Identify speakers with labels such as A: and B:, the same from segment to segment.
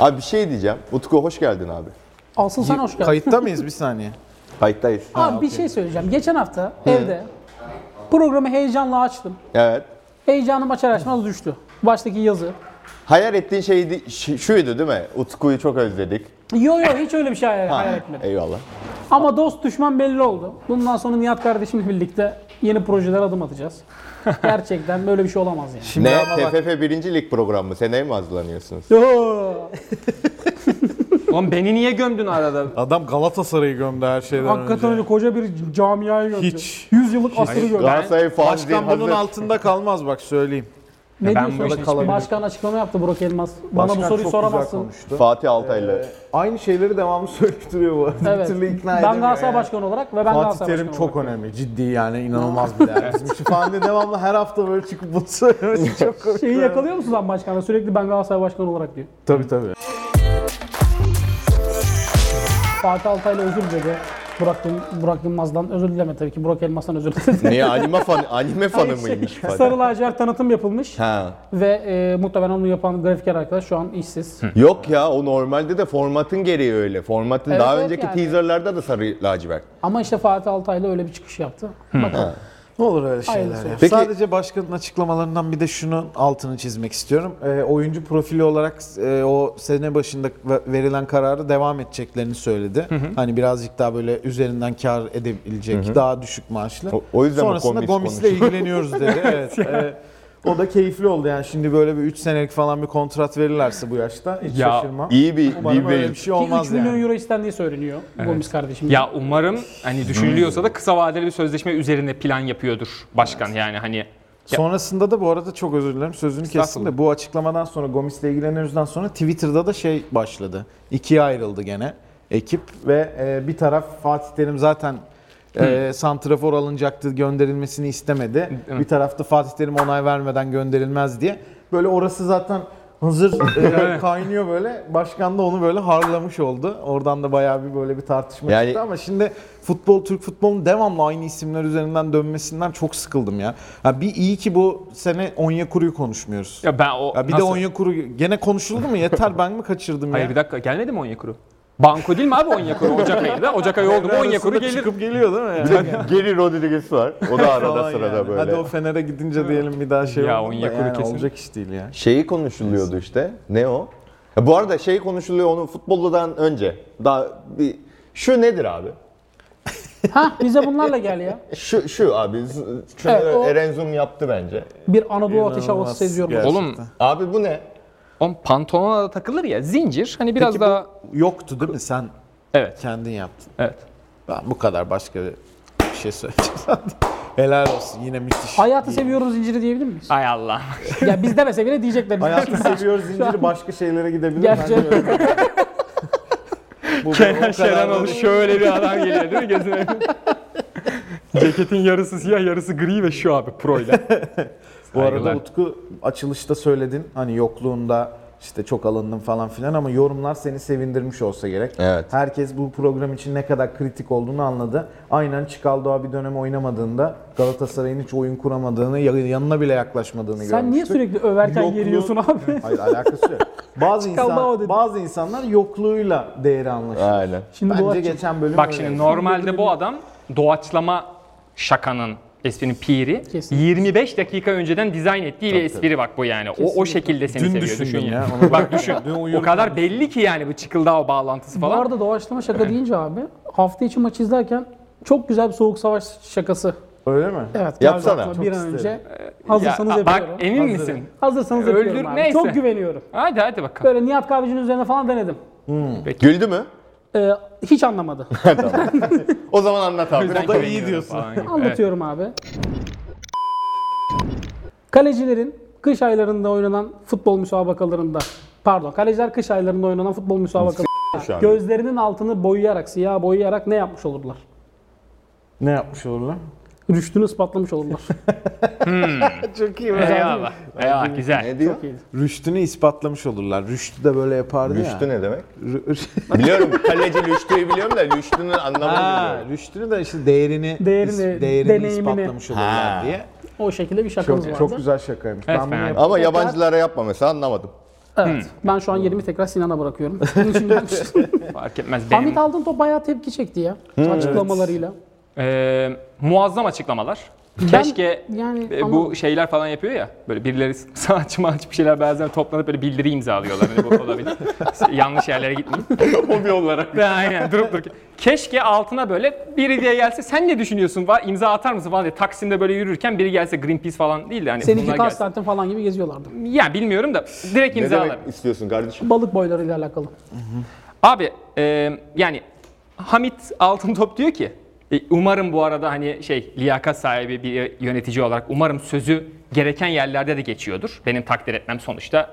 A: Abi bir şey diyeceğim. Utku hoş geldin abi.
B: Asıl sen hoş geldin.
C: Kayıtta mıyız bir saniye?
A: Kayıttayız.
B: Abi bir şey söyleyeceğim. Geçen hafta evde programı heyecanla açtım.
A: Evet.
B: Heyecanım açar açmaz düştü. Baştaki yazı.
A: Hayal ettiğin şey di- ş- şuydu değil mi? Utku'yu çok özledik.
B: Yo yo hiç öyle bir şey hayal, hayal etmedim.
A: Eyvallah.
B: Ama dost düşman belli oldu. Bundan sonra Nihat kardeşimle birlikte yeni projelere adım atacağız. Gerçekten böyle bir şey olamaz yani.
C: Şimdi
A: ne?
C: ama bak-
A: TFF 1. Lig programı. Seneye mi hazırlanıyorsunuz?
B: Yo.
D: Lan beni niye gömdün arada?
C: Adam Galatasaray'ı gömdü her şeyden
B: Hakikaten
C: önce.
B: öyle koca bir camiayı gördü.
C: Hiç.
B: 100 yıllık asrı gördü.
A: Galatasaray fanzin
C: Başkan bunun
A: hazır.
C: altında kalmaz bak söyleyeyim.
B: Ne
D: ben bu
B: diyorsun?
D: işte hiçbir-
B: Başkan açıklama yaptı Burak Elmas. Bana
E: Başkan
B: bu soruyu
E: çok
B: soramazsın.
E: güzel konuştu.
A: Fatih Altaylı.
E: Aynı şeyleri devamlı söyleyip duruyor bu arada. Bir
B: Evet.
E: türlü ikna edemiyor.
B: Ben Galatasaray
E: yani.
B: başkanı olarak ve ben
C: Fatih
B: Galatasaray
C: Terim
B: başkanı
C: çok
B: olarak.
C: önemli. Ciddi yani inanılmaz bir değer.
E: Bizim için falan diye devamlı her hafta böyle çıkıp bunu söylemesi çok komik.
B: Şeyi yakalıyor musun lan başkanla? Sürekli ben Galatasaray başkanı olarak diyor.
C: tabii tabii.
B: Fatih Altaylı özür diledi. Burak, Yıl- Burak Yılmaz'dan özür dileme tabii ki. Burak Elmas'tan özür
C: Ee,
B: diledi.
A: Niye anime fan anime fanı mıymış
B: Şey,
A: Fatih?
B: Sarı lacivert tanıtım yapılmış
A: Ha.
B: ve e, muhtemelen onu yapan grafiker arkadaş şu an işsiz.
A: Yok ya o normalde de formatın gereği öyle. Formatın
B: Evet,
A: daha
B: evet
A: önceki
B: yani.
A: teaserlarda da sarı lacivert.
B: Ama işte Fatih Altaylı öyle bir çıkış yaptı. Bakalım.
C: Ne olur öyle
B: Hayırlısı
C: şeyler ya.
B: olsun.
A: Peki-
C: Sadece başkanın açıklamalarından bir de şunun altını çizmek istiyorum. Ee, oyuncu profili olarak e, o sene başında ve- verilen kararı devam edeceklerini söyledi. Hani birazcık daha böyle üzerinden kar edebilecek, daha düşük maaşlı.
A: O- o yüzden mi
C: Sonrasında
A: Gomis
C: Gomis'le
A: konuşuyor?
C: ilgileniyoruz dedi. evet. e, o da keyifli oldu yani şimdi böyle bir 3 senelik falan bir kontrat verirlerse bu yaşta hiç
D: Ya,
C: şaşırmam.
A: İyi bir
C: Umarım
A: bir
C: öyle bir
A: bir
C: şey
B: Ki
C: olmaz
B: 3 milyon
C: yani.
B: euro istendiği söyleniyor Gomis kardeşim.
D: Ya umarım hani düşünülüyorsa da kısa vadeli bir sözleşme üzerine plan yapıyordur başkan yani hani
C: Sonrasında da bu arada çok özür dilerim sözünü kestim de
D: Estağfurullah.
C: bu açıklamadan sonra Gomis'le ilgileniyoruzdan sonra Twitter'da da şey başladı. İkiye ayrıldı gene ekip ve e, bir taraf Fatih Terim zaten e, santrafor alınacaktı gönderilmesini istemedi.
D: Evet.
C: Bir tarafta Fatih Terim onay vermeden gönderilmez diye. Böyle orası zaten hazır e, kaynıyor böyle. Başkan da onu böyle harlamış oldu. Oradan da bayağı bir böyle bir tartışma
A: Yani-
C: çıktı ama şimdi futbol Türk futbolunun devamlı aynı isimler üzerinden dönmesinden çok sıkıldım ya. Ha bir iyi ki bu sene Onyekuru'yu konuşmuyoruz. Ya,
D: ya ben o
C: bir de
D: nasıl-
C: Onyekuru gene konuşuldu mu? Yeter ben mi kaçırdım
D: Hayır
C: ya?
D: bir dakika gelmedi mi Onyekuru? Banko değil mi abi Onyekuru Ocak ayında? Ocak ayı oldu mu Onyekuru
C: Arasında
D: gelir.
C: Çıkıp geliyor değil mi? Yani?
A: Geri Rodriguez var. O da arada
C: şey Falan
A: sırada
C: yani.
A: böyle.
C: Hadi o Fener'e gidince diyelim bir daha şey
D: Ya
C: olmadı da
D: Onyekuru kesin.
C: olacak iş değil ya.
A: Şeyi konuşuluyordu işte. Ne o? Ya bu arada şey konuşuluyor onu futboldan önce. Daha bir şu nedir abi?
B: Ha bize bunlarla gel ya.
A: Şu şu abi. z- Şunu
B: Evet, o-
A: Eren Zoom yaptı bence.
B: Bir Anadolu ateş havası
C: İnanılmaz
B: seziyorum.
C: gerçekten.
D: Oğlum
A: Abi bu ne?
D: on pantolona da takılır ya zincir hani biraz
C: Peki bu
D: daha
C: yoktu değil mi? Sen
D: evet
C: kendin yaptın.
D: evet.
C: Ben bu kadar başka bir şey söyleyeceğim zaten. Helal olsun yine müthiş.
B: Hayatı seviyorum zinciri diyebilir miyiz?
D: Ay Allah.
B: ya biz demese bile diyecekler.
C: Hayatı seviyoruz zinciri başka şeylere gidebilir.
B: Gerçi-
C: bence öyle. Bu- bu o
D: Kenan
C: kadar da
D: Şeranoğlu şöyle bir adam geliyor değil mi gözüne? Ceketin yarısı siyah yarısı gri ve şu abi pro ile.
C: Bu
D: Saygılar.
C: arada Utku açılışta söyledin hani yokluğunda işte çok alındım falan filan ama yorumlar seni sevindirmiş olsa gerek.
A: Evet.
C: Herkes bu program için ne kadar kritik olduğunu anladı. Aynen Çıkaldoğa bir dönem oynamadığında Galatasaray'ın hiç oyun kuramadığını, ya- yanına bile yaklaşmadığını
B: Sen niye
C: görmüştük.
B: sürekli överken
C: Yokluğu-
B: yeriyorsun abi?
C: Hayır alakası yok. Bazı
B: Çıkaldoğa
C: insan
B: dedi.
C: bazı insanlar yokluğuyla değeri anlaşıyor.
A: Aynen.
B: Şimdi
C: Bence
B: Boğaç'ın-
C: geçen bölüm
D: Bak
C: öyle.
D: şimdi normalde bu adam doğaçlama şakanın esprinin piri.
B: Kesinlikle.
D: 25 dakika önceden dizayn ettiği bir espri bak bu yani. O o şekilde seni
C: Dün
D: seviyor
C: düşündüm
D: düşün
C: ya,
D: ya.
C: ona
D: bak düşün.
C: Dün
D: o
C: uyurken-
D: kadar belli ki yani bu çıkıldı o bağlantısı
B: Bu
D: falan.
B: arada doğaçlama şaka deyince abi hafta içi maç izlerken çok güzel bir soğuk savaş şakası.
C: Öyle mi?
B: Evet.
A: Yapsana.
B: geldi aklıma
A: Çok
B: Bir an
C: isterim.
B: önce.
D: Ya,
B: Hazırsanız
D: a- bak
B: yapıyorum.
D: emin
C: Hazırım.
D: misin?
B: Hazırsanız
D: Öldür-
B: yapıyorum abi.
D: neyse.
B: Çok güveniyorum.
D: Hadi hadi bakalım.
B: Böyle Nihat Kahveci'nin üzerine falan denedim.
A: Güldü mü?
B: Ee, hiç anlamadı.
A: O zaman anlat abi.
D: Ben güveniyorum falan gibi.
B: Anlatıyorum abi. Kalecilerin kış aylarında oynanan futbol müsabakalarında pardon kaleciler kış aylarında oynanan futbol
A: şu
B: müsabakalarında
A: an.
B: gözlerinin altını boyayarak siyah boyayarak ne yapmış olurlar?
C: Ne yapmış olurlar?
B: Rüştünü ispatlamış olurlar.
C: Çok iyi
D: Evet. Eyvallah. Eyvallah
A: Evet.
D: güzel.
A: Ne diyor?
C: Rüştünü ispatlamış olurlar. Rüştü de böyle yapardı
A: Lüştü
C: ya.
A: ne demek?
C: Rüştü.
A: Biliyorum kaleci Lüştü'yü biliyorum da Lüştü'nün anlamını
C: Ha,
A: bilmiyorum.
C: rüştünü de işte değerini,
B: Değerini,
C: is-
B: deneyimini.
C: değerini ispatlamış olurlar
A: Ha.
C: diye.
B: o şekilde bir şakamız
C: Çok,
B: vardı.
C: çok güzel şakaymış.
D: Evet,
C: ben bunu
D: fena
C: yap-
A: Ama yabancılara yapma mesela anlamadım.
C: Hmm.
B: Evet. Ben şu an yerimi tekrar Sinan'a bırakıyorum. Bunun için ben-
D: Fark etmez benim.
B: Hamit Altıntop bayağı tepki çekti ya
C: Hmm,
B: açıklamalarıyla.
D: Ee, muazzam açıklamalar.
B: Ben-
D: Keşke
B: yani
D: e,
B: ama-
D: bu şeyler falan yapıyor ya. Böyle birileri sanatçı manatçı bir şeyler bazen toplanıp böyle bildiri imzalıyorlar. Hani bu olabilir. Yanlış yerlere gitmeyin. Hobi olarak. Ve aynen durup dururken. Keşke altına böyle biri diye gelse sen ne düşünüyorsun? Var, imza atar mısın falan diye. Taksim'de böyle yürürken biri gelse Greenpeace falan değil de hani
B: Seninki
D: bunlar gelse.
B: Konstantin falan gibi geziyorlardı.
D: Ya bilmiyorum da direkt
A: Ne
D: imzalar.
A: demek istiyorsun kardeşim?
B: Balık boylarıyla alakalı.
D: Abi e, yani Hamit Altıntop diyor ki e, umarım bu arada hani şey liyakat sahibi bir yönetici olarak umarım sözü gereken yerlerde de geçiyordur. Benim takdir etmem sonuçta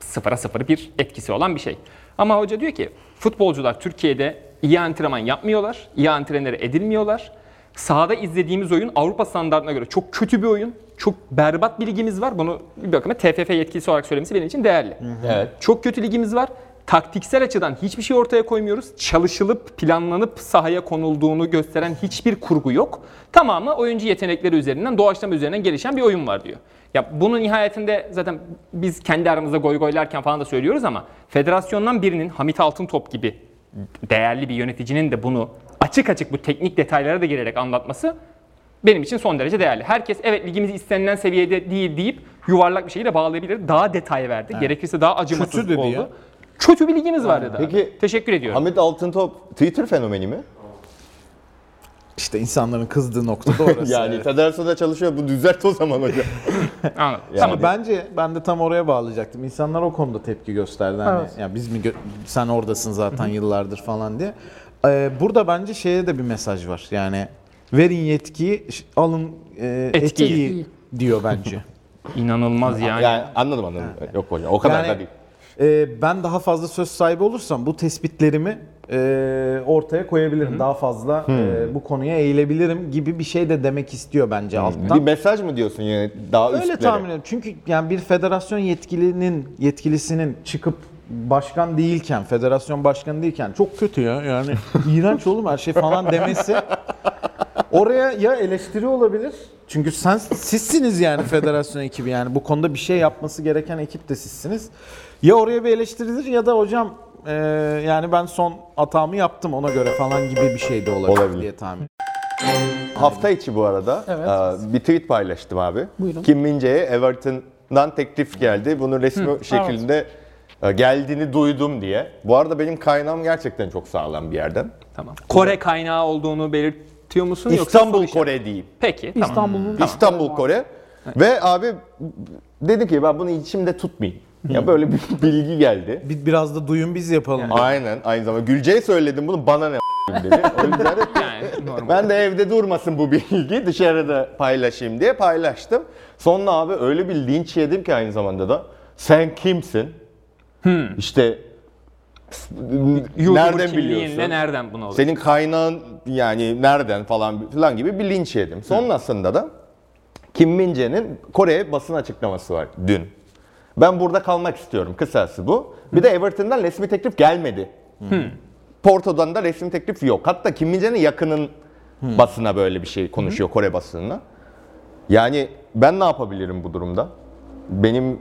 D: sıfıra sıfır bir etkisi olan bir şey. Ama hoca diyor ki futbolcular Türkiye'de iyi antrenman yapmıyorlar, iyi antrenöre edilmiyorlar. Sahada izlediğimiz oyun Avrupa standartına göre çok kötü bir oyun. Çok berbat bir ligimiz var. Bunu bir bakıma TFF yetkilisi olarak söylemesi benim için değerli.
A: Evet.
D: Çok kötü ligimiz var. Taktiksel açıdan hiçbir şey ortaya koymuyoruz. Çalışılıp planlanıp sahaya konulduğunu gösteren hiçbir kurgu yok. Tamamı oyuncu yetenekleri üzerinden, doğaçlama üzerinden gelişen bir oyun var diyor. Ya bunu nihayetinde zaten biz kendi aramızda goy goylarken falan da söylüyoruz ama federasyondan birinin Hamit Altıntop gibi değerli bir yöneticinin de bunu açık açık bu teknik detaylara da girerek anlatması benim için son derece değerli. Herkes evet ligimiz istenilen seviyede değil deyip yuvarlak bir şeyle bağlayabilir. Daha detay verdi. Gerekirse daha acımasız
C: Kötü dedi
D: oldu.
C: ya.
D: Kötü bir ligimiz var dedi.
A: Peki,
D: abi. Teşekkür ediyorum.
A: Hamit Altıntop Twitter fenomeni mi?
C: İşte insanların kızdığı nokta da orası.
A: Yani Federasyon'da çalışıyor bu düzelt o zaman hocam.
D: Anladım.
C: Ama
D: Tamam.
C: bence ben de tam oraya bağlayacaktım. İnsanlar o konuda tepki gösterdi. Hani,
B: Evet.
C: ya biz mi gö- sen oradasın zaten yıllardır falan diye. Ee, burada bence şeye de bir mesaj var. Yani verin yetkiyi, ş- alın e, etkiyi.
D: Etkiyi.
C: diyor bence.
D: İnanılmaz yani.
A: Yani anladım anladım. Yok hocam o kadar da
C: Yani,
A: değil.
C: e, ben daha fazla söz sahibi olursam bu tespitlerimi e, ortaya koyabilirim. Daha fazla e, bu konuya eğilebilirim gibi bir şey de demek istiyor bence alttan.
A: Bir mesaj mı diyorsun yani daha
C: Öyle
A: üstlere?
C: tahmin ediyorum. Çünkü yani bir federasyon yetkilinin yetkilisinin çıkıp başkan değilken, federasyon başkanı değilken çok kötü ya. Yani iğrenç oğlum her şey falan demesi. Oraya ya eleştiri olabilir. Çünkü sen sizsiniz yani federasyon ekibi yani bu konuda bir şey yapması gereken ekip de sizsiniz. Ya oraya bir eleştirilir ya da hocam eee, yani ben son hatamı yaptım ona göre falan gibi bir şey de olabilir,
A: Olabilir.
C: diye tahmin.
A: Hafta içi bu arada
B: Evet.
A: e, bir tweet paylaştım abi.
B: Buyurun.
A: Kim Min-jae'ye Everton'dan teklif geldi. Bunu resmi şekilde e, geldiğini duydum diye. Bu arada benim kaynağım gerçekten çok sağlam bir yerden.
D: Tamam. Kore kaynağı olduğunu belirtiyor musun yoksa soru
A: İstanbul
D: işareti?
A: Kore diyeyim.
D: Peki tamam.
B: İstanbul'un
A: İstanbul Kore. Ve abi dedi ki ben bunu içimde tutmayayım. Ya böyle bir bilgi geldi.
C: Bir, biraz da duyun biz yapalım.
A: Aynen aynı zamanda. Gülce'ye söyledim bunu bana ne dedi. O yüzden de-
D: Yani normal.
A: ben de evde durmasın bu bilgi dışarıda paylaşayım diye paylaştım. Sonra abi öyle bir linç yedim ki aynı zamanda da sen kimsin? İşte s-
D: YouTuber
A: nereden
D: kimliğin
A: biliyorsun?
D: Ne nereden bunu alıyor?
A: Senin kaynağın yani nereden falan filan gibi bir linç yedim. Sonrasında da Kim Min-jae'nin Kore basın açıklaması var dün. Ben burada kalmak istiyorum. Kısası bu. Bir de Everton'dan resmi teklif gelmedi. Porto'dan da resmi teklif yok. Hatta Kim Min-jae'nin yakının basına böyle bir şey konuşuyor Kore basınına. Yani ben ne yapabilirim bu durumda? Benim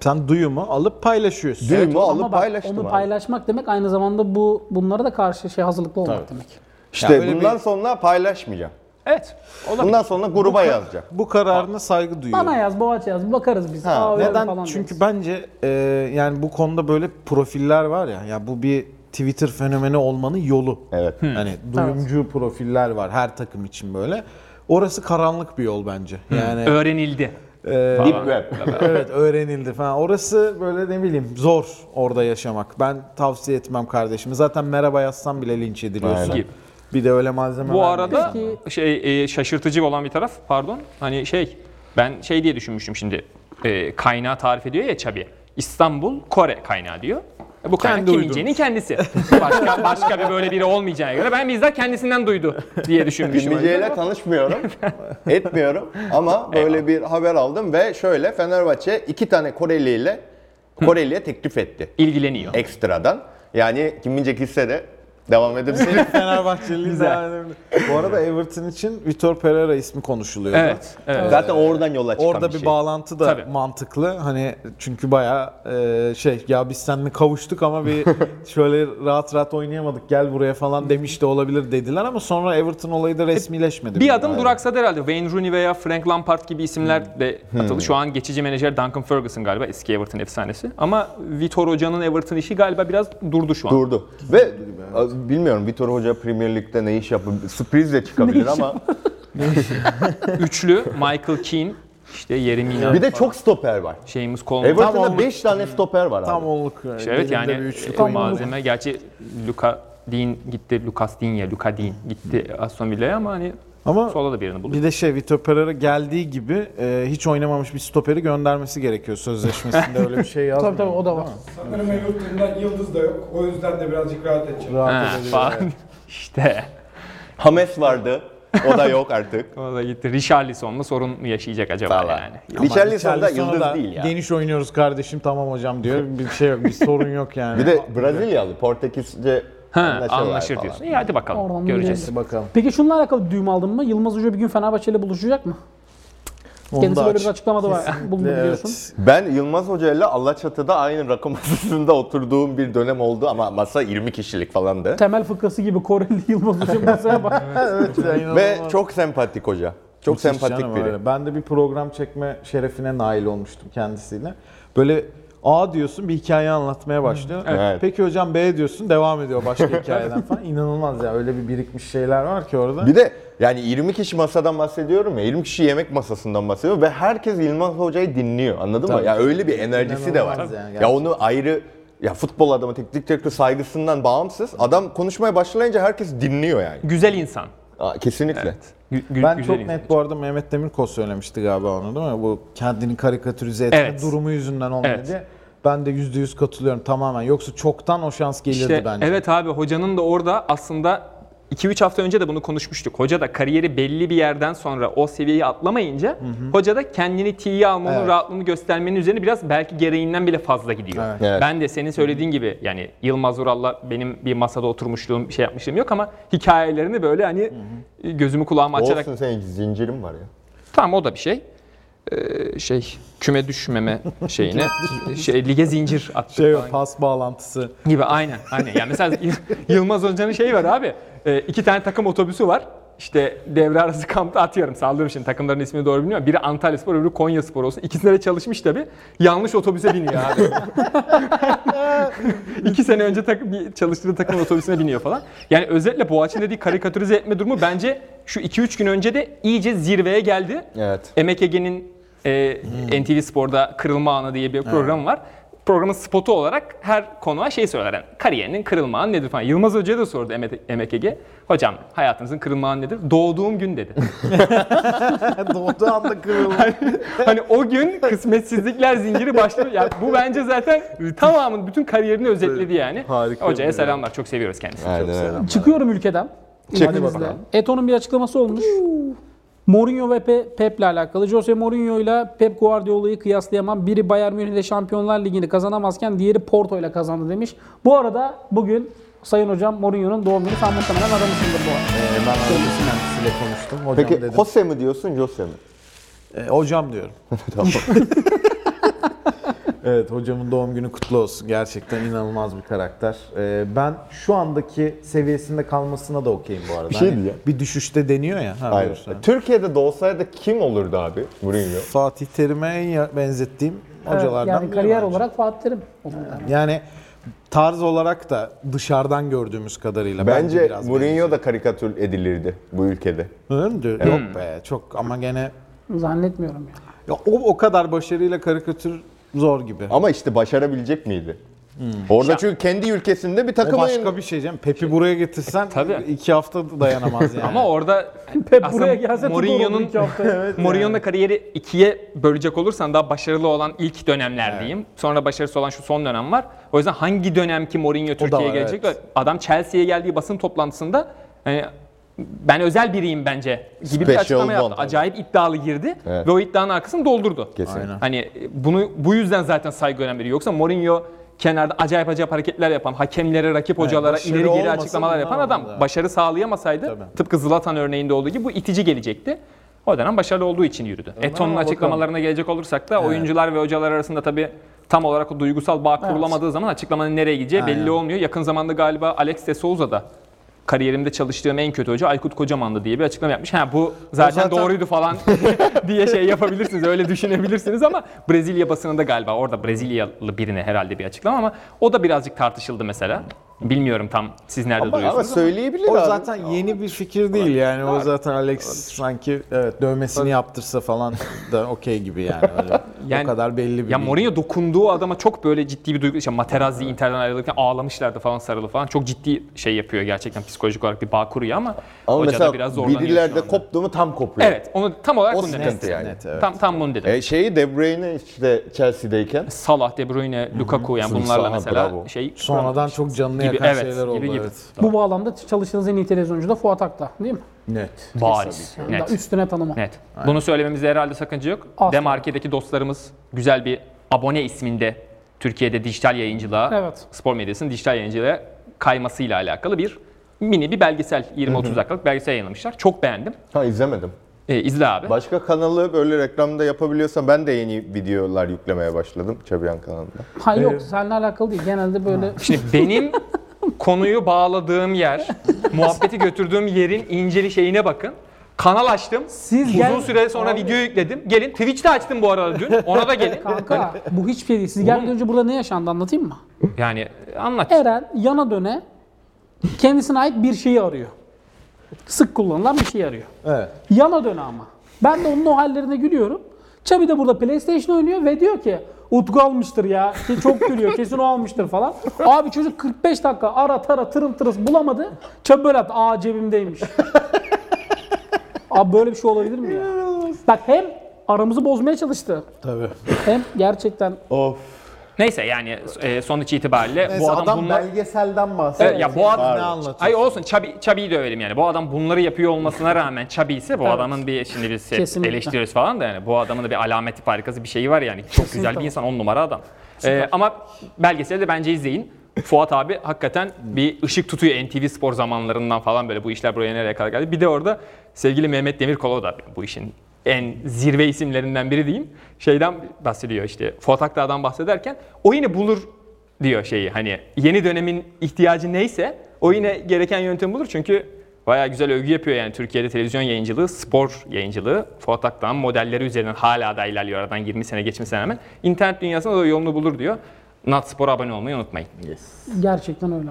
C: Sen duyumu alıp paylaşıyorsun.
A: düğümü
B: Ama
A: alıp
B: bak,
A: paylaştım.
B: Onu
A: abi.
B: paylaşmak demek aynı zamanda bu bunlara da karşı şey hazırlıklı olmak demek.
A: İşte
C: Ya öyle
A: bundan sonra paylaşmayacağım.
D: Evet.
A: Bundan sonra gruba yazacağım.
C: Bu kararına saygı duyuyorum.
B: Bana yaz, Boğaç yaz, bakarız biz.
A: Ha,
B: Aa, öyle
C: Neden?
B: falan
C: Çünkü
B: deriz.
C: bence e, yani bu konuda böyle profiller var ya. Ya bu bir Twitter fenomeni olmanın yolu.
A: Evet.
C: Hani
D: Hmm.
C: duyumcu profiller var her takım için böyle. Orası karanlık bir yol bence.
D: Hmm.
C: Yani
D: Öğrenildi.
C: e,
A: Deep web.
C: evet öğrenildi falan. Orası böyle ne bileyim zor orada yaşamak. Ben tavsiye etmem kardeşim. Zaten merhaba yazsan bile linç ediliyorsun.
D: Aynen.
C: Bir de öyle malzeme
D: Bu
C: vermeyin.
D: arada
B: Peki-
D: şey e, şaşırtıcı olan bir taraf pardon hani şey ben şey diye düşünmüştüm şimdi e, kaynağı tarif ediyor ya Çabi. İstanbul Kore kaynağı diyor. E, Bu kaynak
C: Kendi
D: Kim
C: uydu.
D: İnce'nin kendisi. Başka başka bir böyle biri olmayacağına göre ben bizzat kendisinden duydu diye düşünmüştüm.
A: Dinleyiciyle tanışmıyorum, etmiyorum ama böyle bir haber aldım ve şöyle Fenerbahçe iki tane Koreli ile Koreli'ye teklif etti
D: İlgileniyor.
A: ekstradan. Yani Kim Min-jae gitse de Devam edebiliriz.
C: Fenerbahçeliliği
D: Güzel.
C: devam edebilir. Bu arada Everton için Vitor Pereira ismi konuşuluyor. da.
D: Evet. evet.
A: Zaten oradan yola çıkan
C: Orada bir,
A: şey.
C: bağlantı da
D: Tabii.
C: mantıklı. Hani çünkü bayağı e, şey ya biz seninle kavuştuk ama bir şöyle rahat rahat oynayamadık gel buraya falan demiş de olabilir dediler ama sonra Everton olayı da resmileşmedi.
D: E, Bir adım duraksadı herhalde. Wayne Rooney veya Frank Lampard gibi
A: Hmm.
D: isimler de atıldı. Şu an geçici menajer Duncan Ferguson galiba eski Everton efsanesi. Ama Vitor Hoca'nın Everton işi galiba biraz durdu şu an.
A: Durdu. Ve a, bilmiyorum Vitor Hoca Premier Lig'de ne iş yapıp sürprizle çıkabilir ama
D: Üçlü Michael Keane, işte Yeremina,
A: bir de çok stoper var.
D: şeyimiz Coleman.
A: Everton'da 5 tane stoper var abi.
C: tam onluk. e,
D: İşte evet
C: elinde
D: yani
C: bir üçlük
D: e,
C: oyun.
D: malzeme. Gerçi Luka Dean gitti, Lucas Dean ya, Luka Dean gitti
A: Hmm.
D: Aston Villa'ya ama hani
C: Ama
D: sola da birini buldu.
C: bir de şey Vitor Pereira geldiği gibi e, hiç oynamamış bir stoperi göndermesi gerekiyor sözleşmesinde öyle bir şey yazmıyor.
B: Tabii tabii o da var.
F: Sanırım Everton'dan Yıldız da yok. O yüzden de birazcık rahat edeceğim.
D: Ha, falan. işte
A: Hames vardı. O da yok artık.
D: o da gitti. Richarlison'la sorun mu yaşayacak acaba
A: Valla.
D: yani?
A: Richarlison da
C: Richarlison'a
A: yıldız
C: da
A: değil ya.
C: Geniş oynuyoruz kardeşim tamam hocam diyor. Bir şey yok bir sorun yok yani.
A: Bir de Brezilyalı, Portekizce
D: Ha,
A: anlaşıyorlar
D: anlaşır
A: falan.
D: diyorsun. İyi hadi bakalım
B: Oradan
D: göreceğiz.
B: gidelim.
C: bakalım.
B: Peki şununla alakalı düğüm aldın mı? Yılmaz Hoca bir gün Fenerbahçe ile buluşacak mı?
C: Onu
B: Kendisi
C: da
B: böyle bir
C: aç-
B: açıklamada var. Bulundu
C: Evet.
B: biliyorsun.
A: Ben Yılmaz Hoca ile Alaçatı'da aynı rakı masasında oturduğum bir dönem oldu ama masa 20 kişilik falandı.
B: Temel fıkrası gibi Koreli Yılmaz Hoca masaya bak.
A: Ve çok sempatik hoca. Çok
C: Müthiş
A: sempatik
C: canım
A: biri.
C: öyle. Ben de bir program çekme şerefine nail olmuştum kendisiyle. Böyle A diyorsun bir hikaye anlatmaya başlıyor.
A: Evet.
C: Peki hocam B diyorsun devam ediyor başka hikayeden falan. İnanılmaz ya öyle bir birikmiş şeyler var ki orada.
A: Bir de yani 20 kişi masadan bahsediyorum ya, 20 kişi yemek masasından bahsediyor ve herkes Yılmaz Hoca'yı dinliyor anladın mı?
C: Tabii.
A: Ya öyle bir enerjisi de var.
C: İnanılmaz yani
A: ya
C: gerçekten.
A: onu ayrı, ya futbol adamı teknik direktör saygısından bağımsız adam konuşmaya başlayınca herkes dinliyor yani.
D: Güzel insan.
A: Aa, kesinlikle.
D: Gü- gü-
C: ben
D: güzel
C: çok
D: insan.
C: net bu arada Mehmet Demirkol söylemişti galiba onu değil mi? Bu kendini karikatürize etme
D: Evet.
C: durumu yüzünden olmadı
D: Evet.
C: diye. Ben de %100 katılıyorum tamamen. Yoksa çoktan o şans gelirdi
D: İşte
C: bence.
D: evet abi hocanın da orada aslında 2-3 hafta önce de bunu konuşmuştuk. Hoca da kariyeri belli bir yerden sonra o seviyeyi atlamayınca hoca da kendini tiye almanın
C: Evet.
D: rahatlığını göstermenin üzerine biraz belki gereğinden bile fazla gidiyor.
C: Evet.
A: Evet.
D: Ben de senin söylediğin gibi yani Yılmaz Vural'la benim bir masada oturmuşluğum bir şey yapmışlığım yok ama hikayelerini böyle hani gözümü kulağımı açarak
A: Olsun senin zincirin var ya.
D: Tamam o da bir şey. Ee, şey küme düşmeme şeyine şey lige zincir attı
C: Şey o pas bağlantısı.
D: gibi aynen aynen. Yani mesela Yıl- Yılmaz Hoca'nın şeyi var abi. Ee, iki tane takım otobüsü var. İşte devre arası kampta atıyorum sallıyorum şimdi takımların ismini doğru bilmiyorum. Biri Antalya Spor öbürü Konya Spor olsun. İkisine de çalışmış tabi. Yanlış otobüse biniyor abi. İki sene önce takım, bir çalıştığı takımın otobüsüne biniyor falan. Yani özetle Boğaç'ın dediği karikatürize etme durumu bence şu 2-3 gün önce de iyice zirveye geldi.
A: Evet.
D: Emek Ege'nin e, NTV Spor'da Kırılma Anı diye bir program var. Programın spotu olarak her konuğa şey söyler. Yani kariyerinin kırılma anı nedir falan. Yılmaz Hoca'ya da sordu Emet- Emek Ege. Hocam hayatınızın kırılma anı nedir? Doğduğum gün dedi.
C: Doğduğu anda kırıldı.
D: hani o gün kısmetsizlikler zinciri başlıyor. Yani bu bence zaten tamamın bütün kariyerini özetledi yani.
C: Harika
D: Hocaya
C: bir-
D: selamlar. Çok seviyoruz kendisini.
A: Aynen öyle.
B: Çıkıyorum ülkeden. İzninizle. Eto'nun bir açıklaması olmuş. Mourinho ve Pe- Pep'le alakalı. Jose Mourinho ile Pep Guardiola'yı kıyaslayamam. Biri Bayern Münih ile Şampiyonlar Ligi'ni kazanamazken diğeri Porto ile kazandı demiş. Bu arada bugün Sayın Hocam Mourinho'nun doğum günü sen muhtemelen aramışsındır bu arada.
C: ben arkadaşım kendisiyle konuştum. Hocam
A: Peki
C: dedim.
A: Jose mi diyorsun Jose mi?
C: E, hocam diyorum.
A: Tamam.
C: Evet hocamın doğum günü kutlu olsun. Gerçekten inanılmaz bir karakter. Ee, ben şu andaki seviyesinde kalmasına da okeyim bu arada.
A: Bir şey
C: Hani
A: diyeceğim.
C: bir düşüşte deniyor ya. Ha, şey.
A: Aynen. E,
C: buyursun.
A: Türkiye'de de olsaydı kim olurdu abi Mourinho?
C: Fatih Terim'e en ya- benzettiğim hocalardan
B: yani
C: biri
B: kariyer
C: bence.
B: olarak Fatih Terim. O zaman.
C: Yani tarz olarak da dışarıdan gördüğümüz kadarıyla bence,
A: Bence
C: biraz
A: Mourinho da karikatür edilirdi bu ülkede.
C: benziyor. Öyle mi? Yok be çok ama gene
B: Zannetmiyorum ya.
C: ya, o, o kadar başarıyla karikatür zor gibi.
A: Ama işte başarabilecek miydi? Orada çünkü kendi ülkesinde bir
C: O
A: takım
C: başka bir şey canım. Pep'i buraya getirsen
D: Tabii.
C: iki hafta dayanamaz yani.
D: Ama orada
B: Pep
D: aslında
B: buraya gelse
D: Mourinho'nun
B: Mourinho'nun iki haftaya.
D: Mourinho'nun da kariyeri ikiye bölecek olursan daha başarılı olan ilk dönemler diyeyim. Sonra başarısız olan şu son dönem var. O yüzden hangi dönem ki Mourinho Türkiye'ye
C: var,
D: gelecek? Adam Chelsea'ye geldiği basın toplantısında hani ben özel biriyim bence gibi bir
A: Special
D: açıklama yaptı.
A: one, tabii.
D: Acayip iddialı girdi
A: Evet.
D: ve o iddianın arkasını doldurdu.
A: Kesin.
D: e,
C: Aynen.
D: Hani bunu bu yüzden zaten saygı önem veriyor. Yoksa Mourinho kenarda acayip acayip hareketler yapan, hakemlere, rakip hocalara
C: başarı
D: ileri geri
C: olmasa
D: açıklamalar yapan
C: bunlar
D: adam
C: olmaz.
D: başarı sağlayamasaydı
C: Tabii.
D: tıpkı Zlatan örneğinde olduğu gibi bu itici gelecekti. O dönem başarılı olduğu için yürüdü. Eton'un açıklamalarına gelecek olursak da oyuncular ve hocalar arasında tabii tam olarak o duygusal bağ kurulamadığı zaman açıklamanın nereye gideceği belli olmuyor. Yakın zamanda galiba Alex de Souza da kariyerimde çalıştığım en kötü hoca Aykut Kocaman'dı diye bir açıklama yapmış. Ha bu zaten,
C: zaten-
D: doğruydu falan diye şey yapabilirsiniz. Öyle düşünebilirsiniz ama Brezilya basınında galiba orada Brezilyalı birine herhalde bir açıklama ama o da birazcık tartışıldı mesela. Bilmiyorum tam siz nerede
A: Ama, ama
D: duruyorsunuz.
A: söyleyebilir
C: O
A: abi.
C: zaten yeni bir fikir değil yani. O zaten Alex sanki evet dövmesini yaptırsa falan da okey gibi yani. Öyle.
D: Yani-
C: o kadar belli bir.
D: Ya
C: bilgi.
D: Mourinho dokunduğu adama çok böyle ciddi bir duygu. İşte Materazzi Inter'den ayrılırken ağlamışlardı falan sarılı falan. Çok ciddi şey yapıyor gerçekten psikolojik olarak bir bağ kuruyor ama,
A: Ama
D: hoca
A: mesela
D: da biraz zorlanıyor şu
A: birilerde
D: anda.
A: koptu mu tam kopuyor.
D: Evet onu tam olarak
A: O
D: bunu dedim.
A: sıkıntı yani.
C: Net, evet.
D: Tam, tam bunu dedim.
A: E, şeyi De Bruyne işte Chelsea'deyken
D: Salah, De Bruyne, Lukaku yani
A: Sırf
D: bunlarla
A: Salah,
D: mesela
A: bravo.
D: şey
C: sonradan çok canını
D: gibi
C: yakan
D: evet
C: şeyler oldu.
D: gibi gibi.
C: evet.
B: Bu bağlamda çalıştığınız en iyi televizyoncu da Fuat Akta değil mi?
C: Net.
D: Bariz.
B: Yani daha
D: Net.
B: üstüne tanıma.
D: Net. Bunu söylememizde herhalde sakınca yok.
B: Asla.
D: Demarke'deki dostlarımız güzel bir abone isminde Türkiye'de dijital yayıncılığa,
B: Evet.
D: spor medyasının dijital yayıncılığa kaymasıyla alakalı bir mini bir belgesel 20-30 dakikalık belgesel yayınlamışlar. Çok beğendim.
A: ha izlemedim.
D: Ee, izle abi.
A: Başka kanalı böyle reklamda yapabiliyorsan ben de yeni videolar yüklemeye başladım Çabiyan kanalında.
B: Ha yok seninle alakalı değil. Genelde böyle
D: Şimdi benim konuyu bağladığım yer, muhabbeti götürdüğüm yerin inceli şeyine bakın. Kanal açtım.
B: Siz
D: Uzun
B: gel-
D: süre sonra video yükledim. Gelin Twitch'te açtım bu arada dün. Ona da gelin.
B: kanka bu hiçbir şey değil. Siz gelmeden önce burada ne yaşandı anlatayım mı?
D: Yani anlat.
B: Eren yana döne kendisine ait bir şeyi arıyor. Sık kullanılan bir şeyi arıyor.
C: Evet.
B: Yana döne ama. Ben de onun o hallerine gülüyorum. Çabi de burada PlayStation oynuyor ve diyor ki Utku almıştır ya. Ki Çok gülüyor. Kesin o almıştır falan. Abi çocuk 45 dakika ara tara tırım tırıs bulamadı. Çabi böyle attı. Aa cebimdeymiş. Abi böyle bir şey olabilir mi ya? Bak hem aramızı bozmaya çalıştı.
C: Tabii.
B: Hem gerçekten
D: Neyse yani e, sonuç itibariyle bu adam,
E: adam
D: bunlar...
E: belgeselden bahsediyor.
D: Evet, Ee, ya bu
C: Ne
D: adam...
C: anlatıyor?
D: Ay olsun Çabi, Çabi'yi dövelim yani. Bu adam bunları yapıyor olmasına rağmen Çabi ise bu adamın bir şimdi biz şey-
B: Kesinlikle.
D: eleştiriyoruz falan da yani bu adamın da bir alameti farikası bir şeyi var yani. Çok güzel bir insan on numara adam. E, ama belgeseli de bence izleyin. Fuat abi hakikaten bir ışık tutuyor NTV Spor zamanlarından falan böyle bu işler buraya nereye kadar geldi. Bir de orada sevgili Mehmet Demirkol o da bu işin en zirve isimlerinden biri diyeyim. Şeyden bahsediyor işte Fuat Aktağ'dan bahsederken o yine bulur diyor şeyi hani yeni dönemin ihtiyacı neyse o yine gereken yöntemi bulur çünkü bayağı güzel övgü yapıyor yani Türkiye'de televizyon yayıncılığı, spor yayıncılığı Fuat Aktağ'ın modelleri üzerinden hala da ilerliyor aradan 20 sene geçmesine rağmen internet dünyasında da yolunu bulur diyor. Nat Spor'a abone olmayı unutmayın.
B: gerçekten öyle.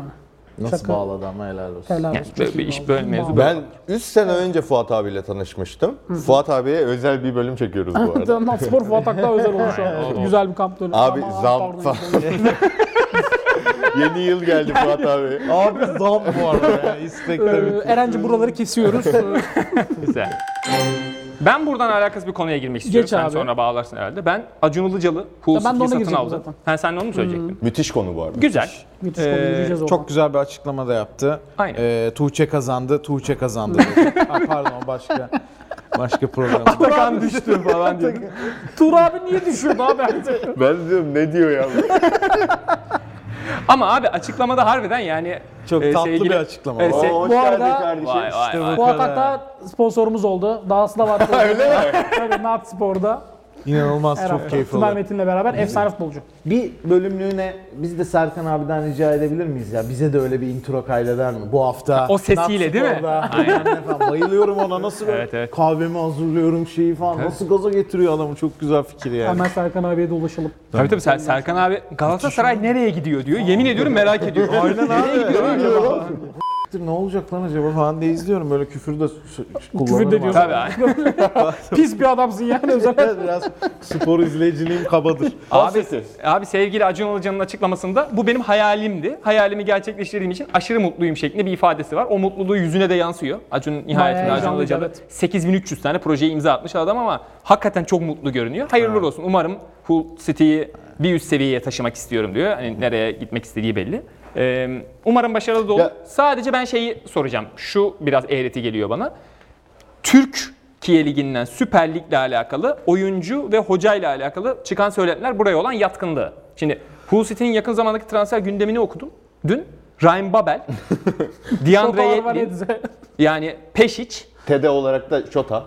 C: Nasıl
B: Şaka.
C: bağladı ama helal olsun.
B: Helal
D: Yani
B: olsun.
D: böyle
B: Çok
D: bir
B: iyi
D: iş
B: oldu.
D: böyle mevzu.
A: Ben 3 sene önce Fuat abiyle tanışmıştım. Fuat abiye özel bir bölüm çekiyoruz bu arada.
B: Tamam, spor Fuat Aktağ özel olmuş şu an. Güzel bir kamp dönemi.
A: Abi,
B: Aman,
A: zam
B: pardon,
A: falan.
B: izlemedim.
A: Yeni yıl geldi Fuat abi.
C: Abi zam bu arada ya. İstekle
B: Ee,
C: bitti.
B: Erenci buraları kesiyoruz. Ee,
D: Güzel. Ben buradan alakasız bir konuya girmek istiyorum. Sen
B: abi.
D: sonra bağlarsın herhalde. Ben Acun Ilıcalı Hull
B: Ya ben de ona
D: satın
B: girecektim
D: aldı.
B: zaten.
D: Ha, sen de onu mu söyleyecektin?
A: Müthiş konu bu arada.
D: Güzel.
B: Müthiş konu, yürüyeceğiz oradan.
C: Çok güzel bir açıklama da yaptı.
D: Aynen.
C: Ee, Tuğçe kazandı, Tuğçe kazandı. dedi. ha, pardon başka başka program.
D: Bakan düştü falan diyor.
B: Tur abi niye düşürdü abi?
A: Ben diyorum ne diyor ya? bu?
D: Ama abi açıklamada harbiden yani
C: Çok
D: e,
C: tatlı
D: sevgili-
C: bir açıklama.
D: e, se-
A: Oo, hoş
B: Bu
A: geldin
B: arada-
A: kardeşim.
D: Vay vay vay.
B: Bu atakta sponsorumuz oldu. Dahası da var. Öyle mi? Tabii Nat Spor'da.
C: İnanılmaz
B: Erhan
C: çok keyifli.
B: Tümer
C: oldu.
B: Metin'le beraber efsane futbolcu.
E: Bir bölümlüğüne biz de Serkan abiden rica edebilir miyiz ya? Bize de öyle bir intro kaydeder mi? Bu hafta.
D: O sesiyle değil mi?
E: Spor'da. Efendim, Bayılıyorum ona nasıl böyle
D: Evet, evet.
E: kahvemi hazırlıyorum şeyi falan. Nasıl gaza getiriyor adamı çok güzel fikir yani.
B: Hemen Serkan abiye de ulaşalım.
D: Tabii tabii Ser- Serkan abi Galatasaray nereye gidiyor diyor. Yemin ediyorum merak ediyor. Aynen nereye gidiyor acaba?
C: Ne olacak lan acaba falan diye izliyorum. Böyle küfür de s- kullanırım.
B: Küfür de diyorsun.
D: Tabii abi.
B: Pis bir adamsın yani özellikle.
C: abi. Biraz spor izleyiciliğim kabadır.
D: Abi, abi sevgili Acun Ilıcalı'nın açıklamasında bu benim hayalimdi. Hayalimi gerçekleştirdiğim için aşırı mutluyum şeklinde bir ifadesi var. O mutluluğu yüzüne de yansıyor. Acun nihayetinde
B: Bayağı
D: Acun
B: heyecanlıydı,
D: Ilıcalı
B: evet.
D: 8300 tane projeye imza atmış adam ama hakikaten çok mutlu görünüyor. Hayırlı olsun. Umarım Hull City'yi bir üst seviyeye taşımak istiyorum diyor. Hani nereye gitmek istediği belli. Ee, umarım başarılı da olur.
A: Ya-
D: Sadece ben şeyi soracağım. Şu biraz eğreti geliyor bana. Türkiye Ligi'nden Süper Lig'le alakalı oyuncu ve hocayla alakalı çıkan söylentiler buraya olan yatkınlığı. Şimdi Hull City'nin yakın zamandaki transfer gündemini okudum. Dün Ryan Babel, DeAndre Yedlin, yani Pešić,
A: TD olarak da Şota.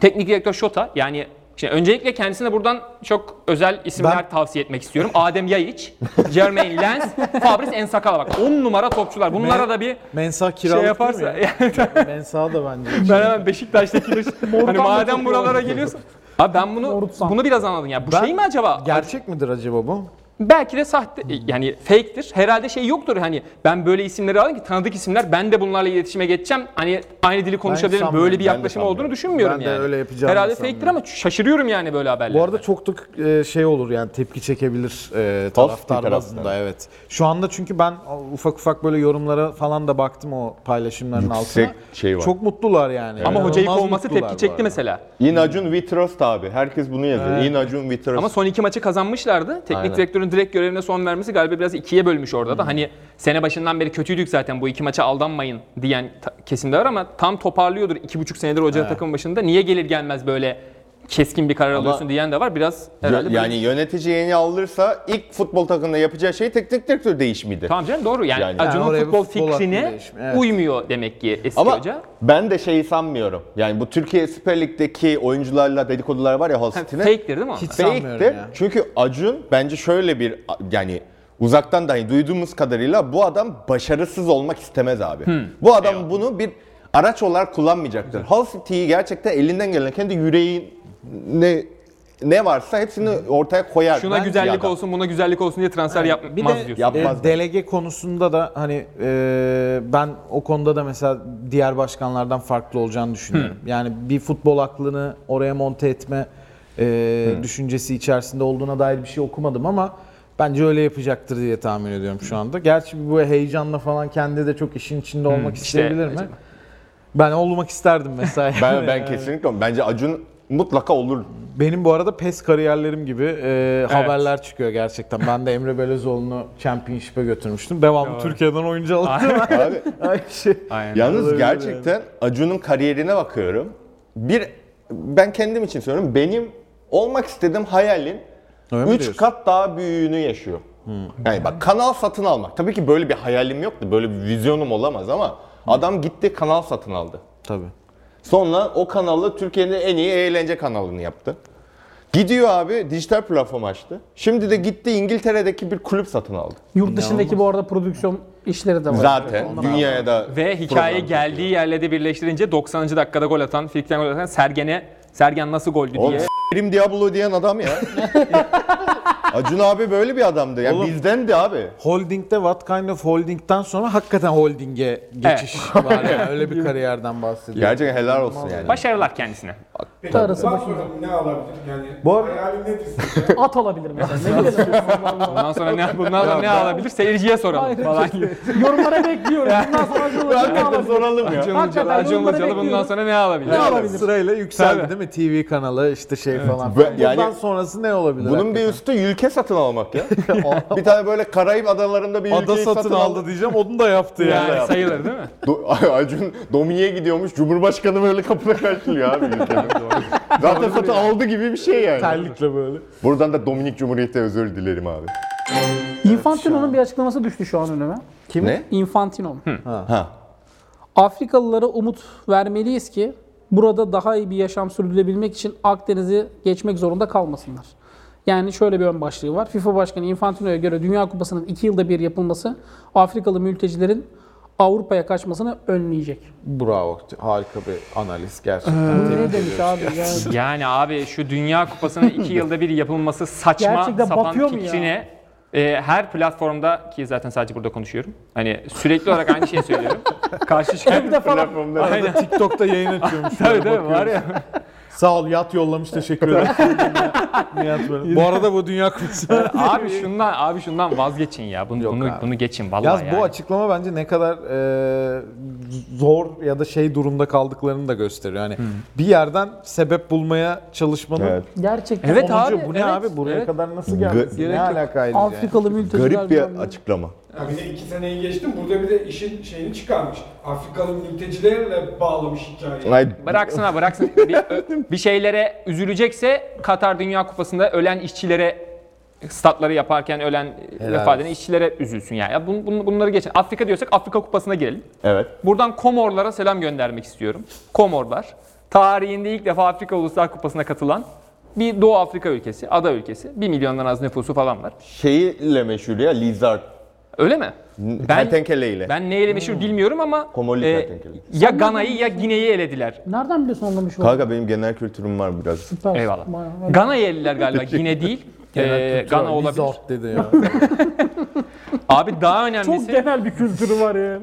D: teknik direktör Şota. Yani şimdi öncelikle kendisine buradan çok özel isimler
C: Ben-
D: tavsiye etmek istiyorum. Adem Yayiç, Jermaine Lens, Fabrice Ensakala bak. 10 numara topçular. Bunlara da bir
C: Mensa kiralık
D: şey
C: değil mi
D: yaparsa.
C: ya? Mensa da bence.
D: Ben hemen Beşiktaş'takidir. hani madem buralara geliyorsun. Abi ben bunu
B: Morutsan.
D: bunu biraz anladım ya. Bu
C: Ben-
D: şey mi acaba?
C: Gerçek midir acaba bu?
D: Belki de sahte e, yani fake'tir. Herhalde şey yoktur hani ben böyle isimleri aldım ki tanıdık isimler ben de bunlarla iletişime geçeceğim. Hani aynı dili konuşabilirim.
C: sanmıyorum,
D: Böyle bir
A: ben de
D: yaklaşım
A: sanmıyorum.
D: olduğunu düşünmüyorum
C: Ben de
D: yani.
C: öyle yapacağını
D: Herhalde
C: sanmıyorum.
D: fake'tir ama şaşırıyorum yani böyle haberlere.
C: Bu arada çok da e, şey olur yani tepki çekebilir e,
A: taraftar.
C: taraftar bazında evet. Şu anda çünkü ben ufak ufak böyle yorumlara falan da baktım o paylaşımların
A: Yüksek
C: altına.
A: şey var.
C: Çok mutlular yani.
D: ama
C: İnanılmaz
D: hocayı kovması
C: mutlular
D: tepki
C: bu
D: çekti
C: arada.
D: mesela.
A: Inacun Vitrost abi. Herkes bunu yazıyor. Inacun Vitrost.
D: Ama son iki maçı kazanmışlardı. Teknik
A: Aynen.
D: direktörün direkt görevine son vermesi galiba biraz ikiye bölmüş orada da. Hani sene başından beri kötüydük zaten bu iki maça aldanmayın diyen ta- kesim de var ama tam toparlıyordur iki buçuk senedir hoca takım başında. Niye gelir gelmez böyle keskin bir karar alıyorsun diyen de var. Biraz herhalde
A: yani
D: böyle...
A: yönetici yeni alırsa ilk futbol takımında yapacağı şey teknik direktör değişmiydi.
D: Tamam canım doğru yani,
A: Yani-
D: Acun'un
C: Yani oraya bir
D: futbol,
C: futbol aklı
D: fikrine
C: değişmiyor, evet.
D: uymuyor demek ki eski
A: Ama
D: hoca.
A: ben de şeyi sanmıyorum. Yani bu Türkiye Süper Lig'deki oyuncularla dedikodular var ya Hull
D: Ha,
A: City'nin.
D: Fake'tir değil mi?
C: Hiç sanmıyorum
A: Fake'tir.
C: ya.
A: Çünkü Acun bence şöyle bir yani uzaktan dahi duyduğumuz kadarıyla bu adam başarısız olmak istemez abi.
D: Hmm.
A: Bu adam bunu bir araç olarak kullanmayacaktır. Hull City'yi gerçekten elinden gelen kendi yüreği ne ne varsa hepsini ortaya koyar.
D: Şuna
A: Bence
D: güzellik
A: adam.
D: olsun buna güzellik olsun diye transfer yapmaz
C: Bir de
D: diyorsun.
A: Yapmaz
C: e,
A: da.
C: delege konusunda da hani e, ben o konuda da mesela diğer başkanlardan farklı olacağını düşünüyorum. Yani bir futbol aklını oraya monte etme e, düşüncesi içerisinde olduğuna dair bir şey okumadım ama bence öyle yapacaktır diye tahmin ediyorum şu anda. Gerçi bu heyecanla falan kendi de çok işin içinde olmak isteyebilir mi?
D: acaba.
C: Ben olmak isterdim mesela.
A: Ben ben kesinlikle bence Acun mutlaka olur.
C: Benim bu arada PES kariyerlerim gibi e, haberler çıkıyor gerçekten. Ben de Emre Belözoğlu'nu Championship'e götürmüştüm. Devamlı Türkiye'den oyuncu aldım.
A: Abi
C: Ay şey.
A: Yalnız
C: Olabilir
A: gerçekten Acun'un kariyerine bakıyorum. Bir ben kendim için söylüyorum. Benim olmak istediğim hayalin
C: Öyle mi
A: 3
C: diyorsun? Hmm.
A: kat daha büyüğünü yaşıyor. Yani bak kanal satın almak. Tabii ki böyle bir hayalim yoktu. Böyle bir vizyonum olamaz ama
C: Hmm.
A: adam gitti kanal satın aldı.
C: Tabii.
A: Sonra o kanalı Türkiye'nin en iyi eğlence kanalını yaptı. Gidiyor abi dijital platform açtı. Şimdi de gitti İngiltere'deki bir kulüp satın aldı.
B: Yurt dışındaki bu arada prodüksiyon işleri de var.
A: Zaten dünyaya da
D: Ve hikaye
A: program
D: geldiği yerle de birleştirince 90. dakikada gol atan, Frikten gol atan Sergen'e Sergen nasıl goldü
A: Oğlum
D: diye.
A: s**erim Diablo diyen adam ya. Acun abi böyle bir adamdı. Ya
C: Oğlum.
A: bizdendi abi.
C: Holding'de What Kind of Holding'den sonra hakikaten holdinge geçiş var. Yani. Öyle bir kariyerden bahsediyorum.
A: Gerçekten helal olsun yani.
D: Başarılar kendisine.
F: Peki,
B: Tarısı
F: bundan
B: başında.
F: sonra ne alabilir yani?
C: Bu arada-
F: Hayalin nedir sizin?
B: At olabilir mesela. Ne bileyim.
D: Bundan sonra ne bundan sonra ne alabilir? Seyirciye soralım
B: Aynen.
D: falan gibi.
B: Yorumlara bekliyoruz. Bundan sonra Acun'la ne alabilir?
A: soralım ya.
B: Hakikaten
D: Acun
B: yorumlara
D: Ilıcalı bundan
B: bekliyoruz.
D: sonra ne alabilir?
B: Ne alabilir?
C: Sırayla yükseldi
D: Tabii.
C: değil mi? TV kanalı işte şey falan.
A: Ve
C: filan.
A: yani-
C: Bundan sonrası ne olabilir?
A: Bunun bir
C: hakikaten?
A: üstü ülke satın almak ya. bir tane böyle Karayip adalarında bir ülkeyi
C: ada satın, aldı diyeceğim. Onu da yaptı yani.
D: Yani sayılır değil mi?
A: Do- Acun Dominik'e gidiyormuş. Cumhurbaşkanı böyle kapıda karşılıyor abi ülkenin. Zaten satın aldı gibi bir şey yani.
C: Terlikle böyle.
A: Buradan da Dominik Cumhuriyeti özür dilerim abi.
B: Infantino'nun bir açıklaması düştü şu an önüme.
A: Kim? Ne?
B: Infantino.
A: Ha.
B: Afrikalılara umut vermeliyiz ki burada daha iyi bir yaşam sürdürebilmek için Akdeniz'i geçmek zorunda kalmasınlar. Yani şöyle bir ön başlığı var. FIFA Başkanı Infantino'ya göre Dünya Kupası'nın 2 yılda bir yapılması Afrikalı mültecilerin Avrupa'ya kaçmasını önleyecek.
C: Bravo. Harika bir analiz
A: Ee,
C: gerçekten. Tebrik
B: Ne
C: ediyorum.
B: demiş abi ya?
D: Yani abi şu Dünya Kupası'nın iki yılda bir yapılması saçma
B: Gerçekten batıyor
D: sapan
B: mu ya?
D: fikrine e, her platformda ki zaten sadece burada konuşuyorum. Hani sürekli olarak aynı şeyi söylüyorum. Karşı
B: Bir
D: çıkan
B: de falan
C: Arada TikTok'ta yayın açıyormuş.
D: Tabii tabii var ya.
C: Sağ ol Yat yollamış teşekkür ederim. Nihat böyle. Bu arada bu Dünya Kupası.
D: abi şundan abi şundan vazgeçin ya. Bunu
C: Yok
D: bunu,
C: abi.
D: bunu geçin vallahi
C: Yaz
D: yani.
C: bu açıklama bence ne kadar e, zor ya da şey durumda kaldıklarını da gösteriyor. Yani bir yerden sebep bulmaya çalışmanın
A: Evet.
B: Gerçekten
D: Evet
B: onuncu-
D: abi,
C: bu ne
D: evet,
C: abi buraya
D: evet.
C: kadar nasıl geldi?
A: Gerek
C: Ne
D: yok.
C: alakaydı? yani?
B: Afrikalı mülteciler
A: Garip bir
B: bilmem ne.
A: açıklama.
F: Ya bir de iki seneyi geçtim. Burada bir de işin şeyini çıkarmış. Afrikalı mültecilerle bağlamış hikayeyi.
A: Ay,
D: Bıraksın ha bıraksın. bir, bir şeylere üzülecekse Katar Dünya Kupası'nda ölen işçilere statları yaparken ölen
C: Helal
D: vefat eden
C: olsun.
D: işçilere üzülsün yani. Ya bun- bun- bunları geçin. Afrika diyorsak Afrika Kupası'na girelim.
A: Evet.
D: Buradan Komorlara selam göndermek istiyorum. Komorlar tarihinde ilk defa Afrika Uluslar Kupası'na katılan bir Doğu Afrika ülkesi, ada ülkesi. 1 milyondan az nüfusu falan var.
A: Şeyiyle meşhur ya Lizard.
D: Öyle mi?
A: Ben,
D: Ben-
A: kertenkeleyle.
D: Ben neyle meşhur
C: Hmm.
D: bilmiyorum ama
A: Komorlu
D: e,
A: kertenkele.
D: ya Gana'yı ya Gine'yi elediler.
B: Nereden biliyorsun onunla bir şey oldu?
A: Kanka benim genel kültürüm var biraz.
B: Süper.
D: Eyvallah.
B: Bayağı-
D: Gana'yı elediler galiba, Gine değil.
C: Ee,
D: E, Gana olabilir.
C: Resort dedi ya.
D: Abi daha önemlisi...
B: Çok genel bir kültürü var yani.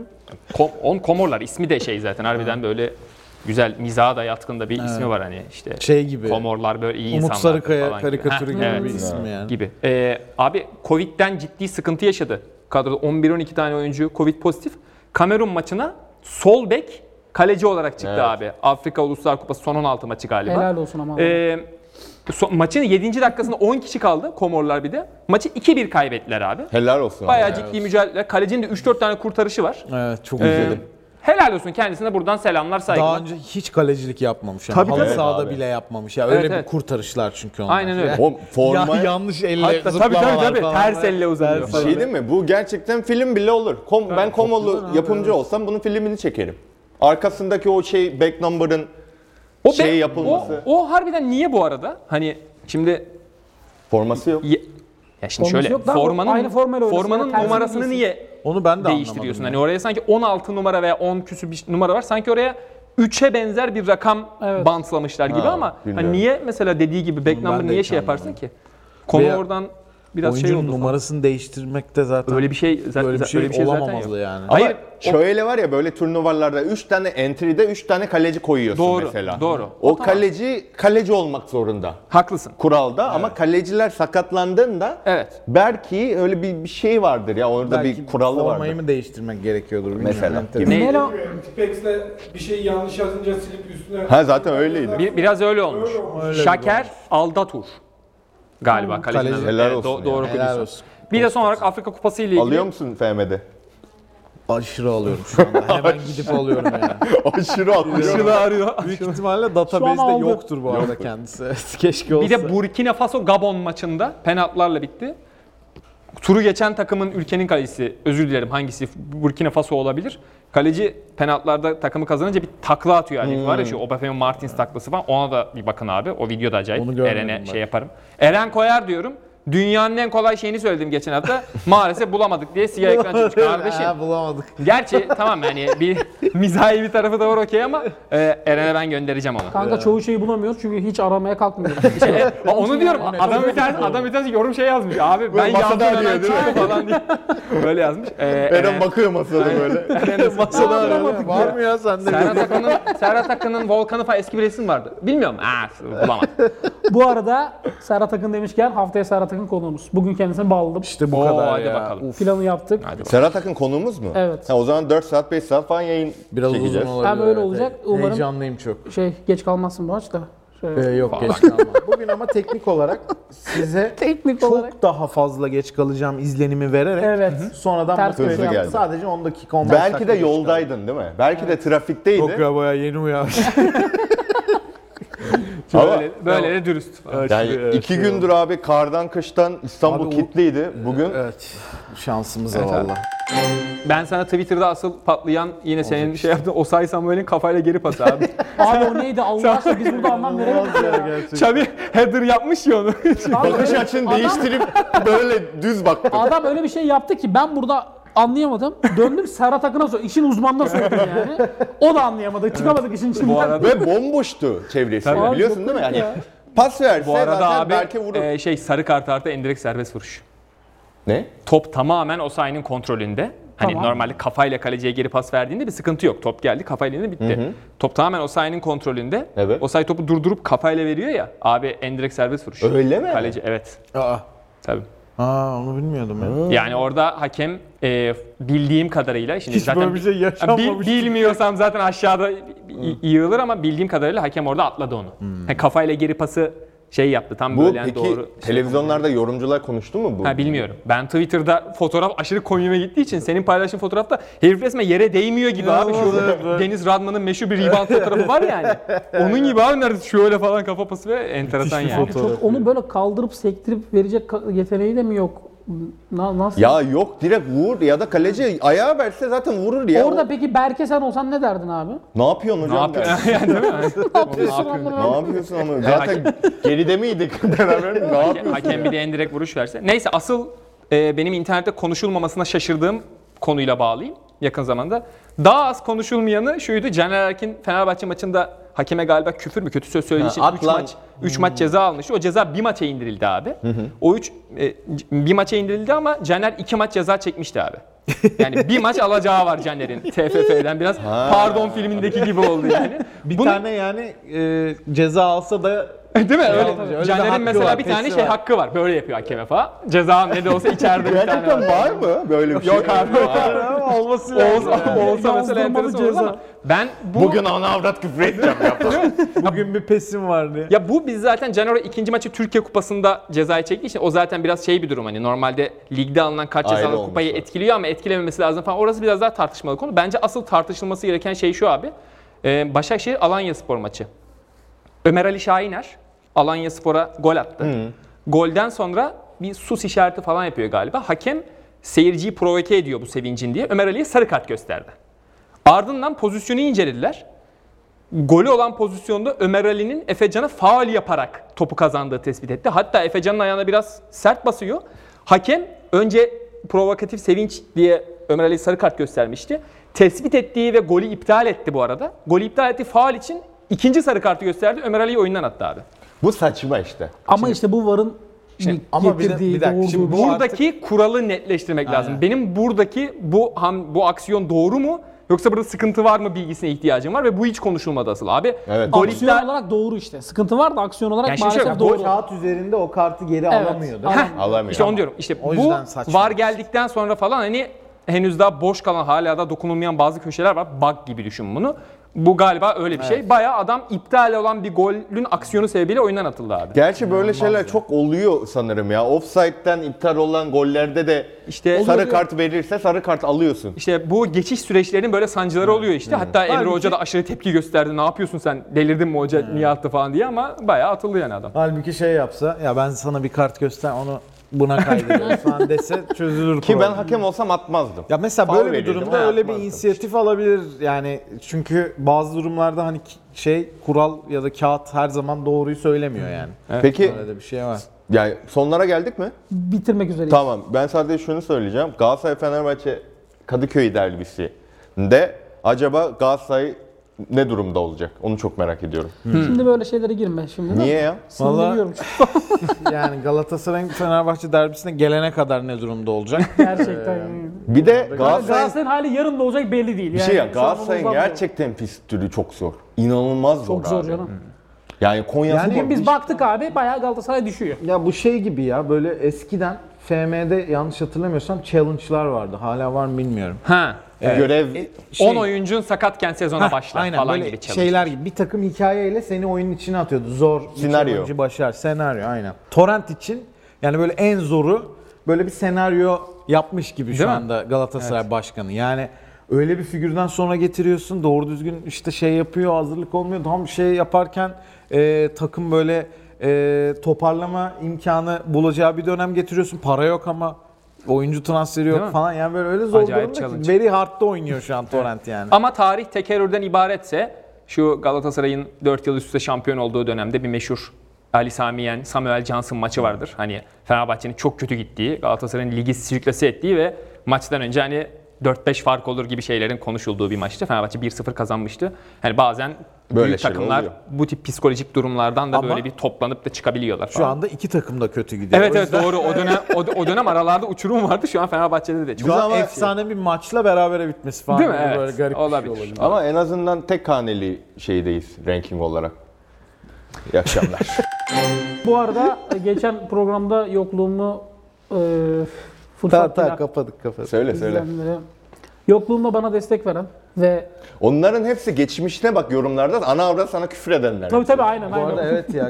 D: Kom- on Komorlar ismi de şey zaten harbiden böyle güzel mizaha da yatkın da bir ismi var hani işte.
C: Şey gibi.
D: Komorlar böyle iyi
C: Umut
D: insanlar
C: Sarıkaya
D: falan gibi.
C: karikatürü
D: Heh,
C: gibi
D: evet,
C: bir isim yani.
D: gibi. Ee, abi Covid'den ciddi sıkıntı yaşadı. Kadroda 11-12 tane oyuncu Covid pozitif. Kamerun maçına sol bek kaleci olarak çıktı
A: Evet.
D: abi. Afrika Uluslar Kupası son 16 maçı galiba.
B: Helal olsun ama.
D: Ee, so- maçın 7. dakikasında 10 kişi kaldı Komorlar bir de. Maçı 2-1 kaybettiler abi.
A: Helal olsun. abi.
D: Bayağı ciddi mücadele. Kalecinin de 3-4 tane kurtarışı var.
C: Evet çok
D: Ee,
C: güzelim.
D: helal olsun kendisine buradan selamlar saygılar.
C: Daha önce hiç kalecilik yapmamış yani.
D: Tabii,
C: Halı
A: tabii.
C: sahada
A: Evet abi.
C: bile yapmamış ya.
D: Evet,
C: Öyle
D: evet.
C: bir kurtarışlar çünkü onlar.
D: Aynen öyle.
A: O forma...
C: Ya, yanlış elle
D: Hatta tabii
C: zıplamalar
D: tabii tabii
C: falan.
D: ters elle uzanıyor.
A: Bir
D: falan.
A: şey değil mi? Bu gerçekten film bile olur. Kom, ben Komolu yapımcı olsam bunun filmini çekerim. Arkasındaki o şey back number'ın
D: O be-
A: şey yapılması.
D: O, o harbiden niye bu arada? Hani şimdi
A: forması yok.
D: ye- ya şimdi
B: Forması
D: şöyle
B: yok da o
D: formanın
B: aynı formayla oynasın
D: formanın
B: ya, tersini
D: numarasını
B: giysin.
D: niye
C: Onu ben de
D: değiştiriyorsun? Hani
C: anlamadım.
D: oraya sanki 16 numara veya 10 küsü bir numara var. Sanki oraya 3'e benzer bir rakam
B: Evet.
D: bantlamışlar gibi
A: Ha,
D: ama hani
A: bilmiyorum.
D: niye mesela dediği gibi back
C: Onu ben
D: number
C: de
D: niye
C: hiç
D: şey yaparsın
C: anlamadım.
D: ki? Konu
C: Veya
D: oradan biraz şey
C: Oyuncunun
D: oldu. falan.
C: numarasını değiştirmekte zaten
D: Öyle bir şey zaten
C: böyle bir şey,
D: öyle bir şey zaten yok.
C: olamamalı yani.
D: Hayır,
A: Şöyle var ya böyle turnuvalarda 3 tane entry'de 3 tane kaleci koyuyorsun
D: Doğru,
A: mesela.
D: doğru.
A: O kaleci kaleci olmak zorunda
D: haklısın.
A: kuralda ama kaleciler sakatlandığında
D: Evet.
A: belki öyle bir, bir şey vardır ya orada
C: Belki
A: bir kuralı
C: formayı
A: vardır.
C: mı değiştirmek gerekiyordur bilmiyorum.
A: Mesela.
C: Enteresan.
D: Ne?
B: Nela-
F: Bilmiyorum, Tipex'le bir şey yanlış yazınca silip üstüne...
A: Ha, zaten öyleydi.
D: Bir- biraz öyle olmuş.
F: Öyle olmuş.
D: Şaker Aldatur galiba kalecinin
C: Kaleci.
D: adı.
A: Helal
D: Evet,
A: olsun
D: do-
A: ya.
D: doğru
C: Helal
D: biliyorsun.
C: olsun.
D: Bir de son olarak Afrika Kupası ile ilgili
A: Alıyor musun FM'de?
C: Aşırı alıyorum şu anda. Hemen gidip alıyorum yani.
A: Aşırı atlıyorum.
D: arıyor.
C: Büyük ihtimalle database'de
B: aldı.
C: yoktur bu arada kendisi. Evet, Keşke olsa.
D: Bir de Burkina Faso Gabon maçında penaltılarla bitti. Turu geçen takımın ülkenin kalecisi, özür dilerim hangisi Burkina Faso olabilir. Kaleci penaltılarda takımı kazanınca bir takla atıyor yani var ya
C: Hmm.
D: şu Obafemi Martins taklası falan ona da bir bakın abi. O video da acayip.
C: Onu görmedim
D: Eren'e
C: ben.
D: şey yaparım. Eren koyar diyorum. Dünyanın en kolay şeyini söyledim geçen hafta. Maalesef bulamadık diye siyah ekran çıkmış. Kardeşim
C: Ha, bulamadık.
D: Gerçi tamam yani bir mizahi bir tarafı da var okey ama e, Eren'e ben göndereceğim onu.
B: Kanka çoğu şeyi bulamıyoruz çünkü hiç aramaya kalkmıyoruz.
D: Şey, onu diyorum adam bir tanesi, adam bir tanesi yorum şey yazmış abi ben
A: masada
D: yazdım
A: arıyor,
D: hemen
A: değil mi?
D: çıktı falan diye. Böyle yazmış. E,
A: Eren bakıyor masada böyle.
C: Masada aramadık. Var mı ya sende?
D: Serhat Akın'ın, Serhat Akın'ın Volkan'ı falan eski bir resim vardı. Bilmiyorum. Aa, bulamadım.
B: Bu arada Serhat Akın demişken haftaya Serhat Akın konuğumuz. Bugün kendisine bağladım.
C: İşte bu
D: Oo,
C: kadar
D: hadi
C: ya.
D: bakalım.
C: Uf,
B: Planı yaptık.
A: Serhat Akın konuğumuz mu?
B: Evet.
A: Ha, o zaman 4 saat 5 saat falan yayın
C: Biraz
A: çekeceğiz.
C: uzun olabilir.
B: Hem öyle
C: evet.
B: olacak,
C: He-
B: umarım-
C: Heyecanlıyım çok.
B: Şey geç kalmazsın bu aç da. Şey,
C: Ee, yok geç kalma.
E: Bugün ama teknik olarak size
B: Teknik
E: çok
B: olarak.
E: daha fazla geç kalacağım izlenimi vererek
B: Evet.
E: sonradan
B: Ters
E: motive
B: köşe
E: yaptım.
A: geldi.
E: Sadece 10 dakika 15
A: Belki
E: dakika
A: de
E: geç kaldım.
A: yoldaydın değil mi? Belki de trafikteydin.
C: Yok ya baya yeni uyanmış.
A: Ama
D: Böyle, böyle de dürüst.
A: yani iki gündür abi kardan kıştan İstanbul
C: Abi o-
A: kitleydi. Bugün
C: evet. Şansımıza valla.
D: Ben sana Twitter'da asıl patlayan yine senin şey yaptığın Osay Samuel'in kafayla geri pası abi.
B: Abi o neydi Allah aşkına biz burada anlam veremedik.
D: Çabi header yapmış ya onu.
A: bakış açını değiştirip böyle düz baktı.
B: Adam öyle bir şey yaptı ki ben burada anlayamadım. Döndüm Serhat Akın'a sordum. İşin uzmanına sordum yani. O da anlayamadı. Çıkamadık işin içinden.
D: Bu arada-
A: Ve bomboştu çevresi.
B: Abi
A: Biliyorsun
B: çok
A: değil mi? Yani
B: komik ya.
A: pas verse
D: Bu arada
A: zaten
D: abi
A: belki vurur.
D: e, şey sarı kart artı endirek serbest vuruş.
A: ne?
D: Top tamamen Osayi'nin kontrolünde. Hani
B: Tamam.
D: normalde kafayla kaleciye geri pas verdiğinde bir sıkıntı yok. Top geldi kafayla indi bitti. Top tamamen Osayi'nin kontrolünde.
A: Evet.
D: Osayi topu durdurup kafayla veriyor ya. Abi endirek serbest vuruş.
A: Öyle mi?
D: Kaleci evet.
C: Aa.
D: Tabii.
C: Aa onu bilmiyordum ya.
D: Yani orada hakem e, bildiğim kadarıyla şimdi
C: Hiç
D: zaten
C: böyle bir şey yaşanmamış.
D: Bil- bilmiyorsam zaten aşağıda y- y- yığılır ama bildiğim kadarıyla hakem orada atladı onu. Ha, Hani kafayla geri pası şey yaptı. Tam
A: Bu
D: böyle yani
A: peki
D: doğru. şey
A: televizyonlarda yorumcular konuştu mu bu?
D: Ha bilmiyorum. Ben Twitter'da fotoğraf aşırı komiğime gittiği için senin paylaştığın fotoğrafta herif resmen yere değmiyor gibi abi. Şu Deniz Radman'ın meşhur bir rebound fotoğrafı var yani. Onun gibi abi neredeyse şöyle falan kafa pası ve enteresan yani.
B: Çok, onu böyle kaldırıp sektirip verecek ka- yeteneği de mi yok? Na- nasıl?
A: Ya yok direkt vur ya da kaleci ayağa verse zaten vurur ya.
B: Orada peki Berke sen olsan ne derdin abi?
A: ne yapıyorsun hocam?
D: Ne yapıyorsun? yani değil mi?
B: ne yapıyorsun amına?
A: Ne yapıyorsun ama zaten geride miydik beraber? Ne yapıyorsun?
D: Hakem bir de en direkt vuruş verse. Neyse asıl e, benim internette konuşulmamasına şaşırdığım konuyla bağlayayım yakın zamanda. Daha az konuşulmayanı şuydu. Caner Erkin Fenerbahçe maçında hakeme galiba küfür mü kötü söz söylediği için
A: Ha,
D: 3
A: at lan.
D: maç 3 maç ceza almıştı. O ceza bir maça indirildi abi. O 3 bir maça indirildi ama Caner 2 maç ceza çekmişti abi. Yani bir maç alacağı var Caner'in TFF'den biraz pardon filmindeki gibi oldu yani.
C: Bir
D: Bunu-
C: tane yani e, ceza alsa da
B: Şey
D: Değil mi? öyle.
C: yapmayacak. Öyle bir
D: Caner'in
C: hakkı
D: mesela
C: var,
D: bir tane
C: pesi
D: şey
C: var.
D: hakkı var. Böyle yapıyor hakeme falan. Ceza ne de olsa içeride bir tane
A: Gerçekten
D: var.
A: var mı böyle bir şey?
D: Yok abi. Yok abi.
C: olması
D: Olsa, olsa mesela
B: Yazdırmalı
D: enteresan olur
B: ceza.
D: ama ben bu...
A: Bugün ana avrat küfür edeceğim ya.
C: Bugün bir pesim var diye.
D: Ya bu biz zaten Caner ikinci maçı Türkiye Kupası'nda cezayı çektiği için o zaten biraz şey bir durum hani normalde ligde alınan kaç
A: Ayrı
D: cezalı
A: olmuş
D: kupayı
A: zaten.
D: etkiliyor ama etkilememesi lazım falan. Orası biraz daha tartışmalı konu. Bence asıl tartışılması gereken şey şu abi. Ee, Başakşehir Alanya Spor maçı. Ömer Ali Şahiner Alanya Spor'a gol attı. Golden sonra bir sus işareti falan yapıyor galiba. Hakem seyirciyi provoke ediyor bu sevincin diye Ömer Ali'ye sarı kart gösterdi. Ardından pozisyonu incelediler. Golü olan pozisyonda Ömer Ali'nin Efecan'a faal yaparak topu kazandığı tespit etti. Hatta Efecan'ın ayağına biraz sert basıyor. Hakem önce provokatif sevinç diye Ömer Ali'ye sarı kart göstermişti. Tespit ettiği ve golü iptal etti bu arada. Golü iptal ettiği faal için ikinci sarı kartı gösterdi. Ömer Ali'yi oyundan attı abi.
A: Bu saçma işte.
B: Ama işte bu varın
C: ama bir de-
B: getirdiği
C: bir dakika, şimdi
B: doğurduğu-
C: bu-
D: buradaki kuralı netleştirmek lazım. Benim buradaki bu ham, bu aksiyon doğru mu? Yoksa burada sıkıntı var mı bilgisine ihtiyacım var ve bu hiç konuşulmadı asıl abi.
A: Evet.
D: Gol
B: aksiyon
D: iptal-
B: olarak doğru işte. Sıkıntı var da aksiyon olarak
D: Yani şimdi
B: maalesef
D: şöyle,
B: doğru.
D: gol-
E: Kağıt üzerinde o kartı geri alamıyor değil mi?
B: alamıyor.
A: Alamıyor.
D: İşte onu diyorum. İşte
C: O
D: bu
C: yüzden saçma.
D: var geldikten sonra falan hani henüz daha boş kalan hala da dokunulmayan bazı köşeler var. Bug gibi düşün bunu. Bu galiba öyle bir şey. Bayağı adam iptal olan bir golün aksiyonu sebebiyle oyundan atıldı abi.
A: Gerçi böyle şeyler çok oluyor sanırım ya. Offside'den iptal olan gollerde de
D: İşte-
A: sarı
D: Oluyor.
A: kart verirse sarı kart alıyorsun.
D: İşte bu geçiş süreçlerinin böyle sancıları oluyor işte.
C: Hmm.
D: Hatta Emre
C: Halbuki-
D: Hoca da aşırı tepki gösterdi. Ne yapıyorsun sen? Delirdin mi hoca?
C: Hmm.
D: Niye attı falan diye ama bayağı atıldı yani adam.
C: Halbuki şey yapsa ya ben sana bir kart göster onu buna kaydediyorum falan dese çözülür
A: Ki ben
C: problem.
A: hakem olsam atmazdım.
C: Ya mesela
A: Faul
C: böyle bir
A: verirdim
C: durumda
A: ama
C: öyle bir
A: yapmazdım.
C: inisiyatif alabilir yani çünkü bazı durumlarda hani ki- şey kural ya da kağıt her zaman doğruyu söylemiyor yani.
A: Peki
C: Öyle de bir şey var.
A: yani sonlara geldik mi?
B: Bitirmek üzereyiz.
A: Tamam ben sadece şunu söyleyeceğim. Galatasaray Fenerbahçe Kadıköy derbisi de acaba Galatasaray ne durumda olacak? Onu çok merak ediyorum.
B: Şimdi böyle şeylere girme şimdi. de.
A: Niye ya?
B: Sinirleniyorum çünkü
C: Yani Galatasaray Fenerbahçe derbisine gelene kadar ne durumda olacak?
B: gerçekten. yani.
A: Bir de Galatasaray
B: Galatasaray'ın hali yarın da olacak belli değil.
A: bir
B: yani.
A: şey ya
B: Şu an onu
A: Galatasaray'ın
B: uzatmıyorum.
A: gerçekten fikstürü çok zor. İnanılmaz zor.
B: çok zor
A: abi.
B: canım.
A: Yani Konya
B: Bugün biz baktık abi bayağı Galatasaray düşüyor.
E: Ya bu şey gibi ya böyle eskiden FM'de yanlış hatırlamıyorsam challenge'lar vardı. Hala var mı bilmiyorum.
D: Ha.
A: görev
D: 10 oyuncun sakatken sezona
C: Hah,
D: başlar
C: Şey- aynen,
D: falan
C: böyle
D: gibi challenge.
C: şeyler gibi bir takım
E: takım hikayeyle seni oyunun içine atıyordu. Zor. bir
A: Senaryo.
E: challenge
C: başlar senaryo aynen. Torrent için yani böyle en zoru böyle bir senaryo yapmış gibi şu
D: Değil mi?
C: anda Galatasaray başkanı. Yani öyle bir figürden sonra getiriyorsun doğru düzgün işte şey yapıyor hazırlık olmuyor tam şey yaparken e, takım böyle e, toparlama imkanı bulacağı bir dönem getiriyorsun para yok ama oyuncu transferi yok
D: Değil mi?
C: falan yani böyle öyle zor
D: Acayip
C: durumda ki
D: challenge.
C: very hard'da oynuyor şu an Torrent yani.
D: Ama tarih tekerrürden ibaretse şu Galatasaray'ın 4 yıl üst üste şampiyon olduğu dönemde bir meşhur Ali Sami Yen, Samuel Johnson maçı vardır. Hani Fenerbahçe'nin çok kötü gittiği, Galatasaray'ın ligi sirklası ettiği ve maçtan önce hani 4-5 fark olur gibi şeylerin konuşulduğu bir maçtı. Fenerbahçe 1-0 kazanmıştı. Hani bazen
A: Böyle
D: büyük
A: şeyler
D: takımlar
A: oluyor.
D: bu tip psikolojik durumlardan da
C: Ama-
D: böyle bir toplanıp da çıkabiliyorlar
C: Şu
D: falan.
C: anda iki takım da kötü gidiyor.
D: Evet
C: O
D: evet
C: yüzden-
D: doğru. O dönem o, o dönem aralarda uçurum vardı. Şu an Fenerbahçe'de de çok.
C: Şu an
A: ama-
C: efsane bir maçla berabere bitmesi falan.
D: Değil mi?
C: Böyle
D: Evet.
C: garip bir şey
D: Olabilir.
A: ama en azından tek haneli şeydeyiz ranking olarak. İyi akşamlar.
B: Bu arada e, geçen programda yokluğumu e,
E: Ta
B: fırsat
E: ta
B: bile-
E: kapadık kapadık.
A: söyle söyle.
B: izleyenlere Yokluğumda bana destek veren ve
A: Onların hepsi geçmişine bak yorumlarda ana avrat sana küfür edenler.
B: tabii tabii aynen
C: Bu arada
B: aynen.
C: evet ya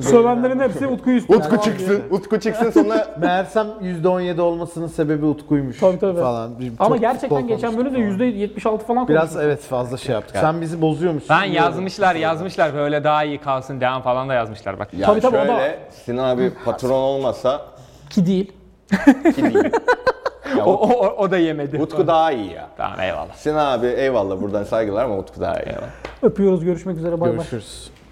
B: Sövenlerin hepsi Utku Yüztürk.
A: Utku çıksın, Utku çıksın sonra
C: Meğersem %17 olmasının sebebi Utku'ymuş.
B: Tabii tabii.
G: falan. Bir-
B: Ama
G: çok
B: gerçekten
G: futbol
B: geçen
G: konuştuk
B: bölümde %76 falan
C: Biraz
B: konuştuk.
C: evet fazla şey yaptık. Sen bizi bozuyormuşsun.
D: Ben
C: biliyorum.
D: yazmışlar yazmışlar böyle daha iyi kalsın devam falan da yazmışlar bak.
A: ya
B: Tabii, tabii,
A: şöyle
B: o da-
A: Sinan abi patron olmasa
B: Ki değil.
A: ki değil. Ya,
D: O, o, o, o da yemedi.
A: Utku daha iyi ya.
D: Tamam eyvallah.
A: Sinan abi eyvallah buradan saygılar ama Utku daha iyi.
B: Öpüyoruz görüşmek üzere bay bay.
C: Görüşürüz.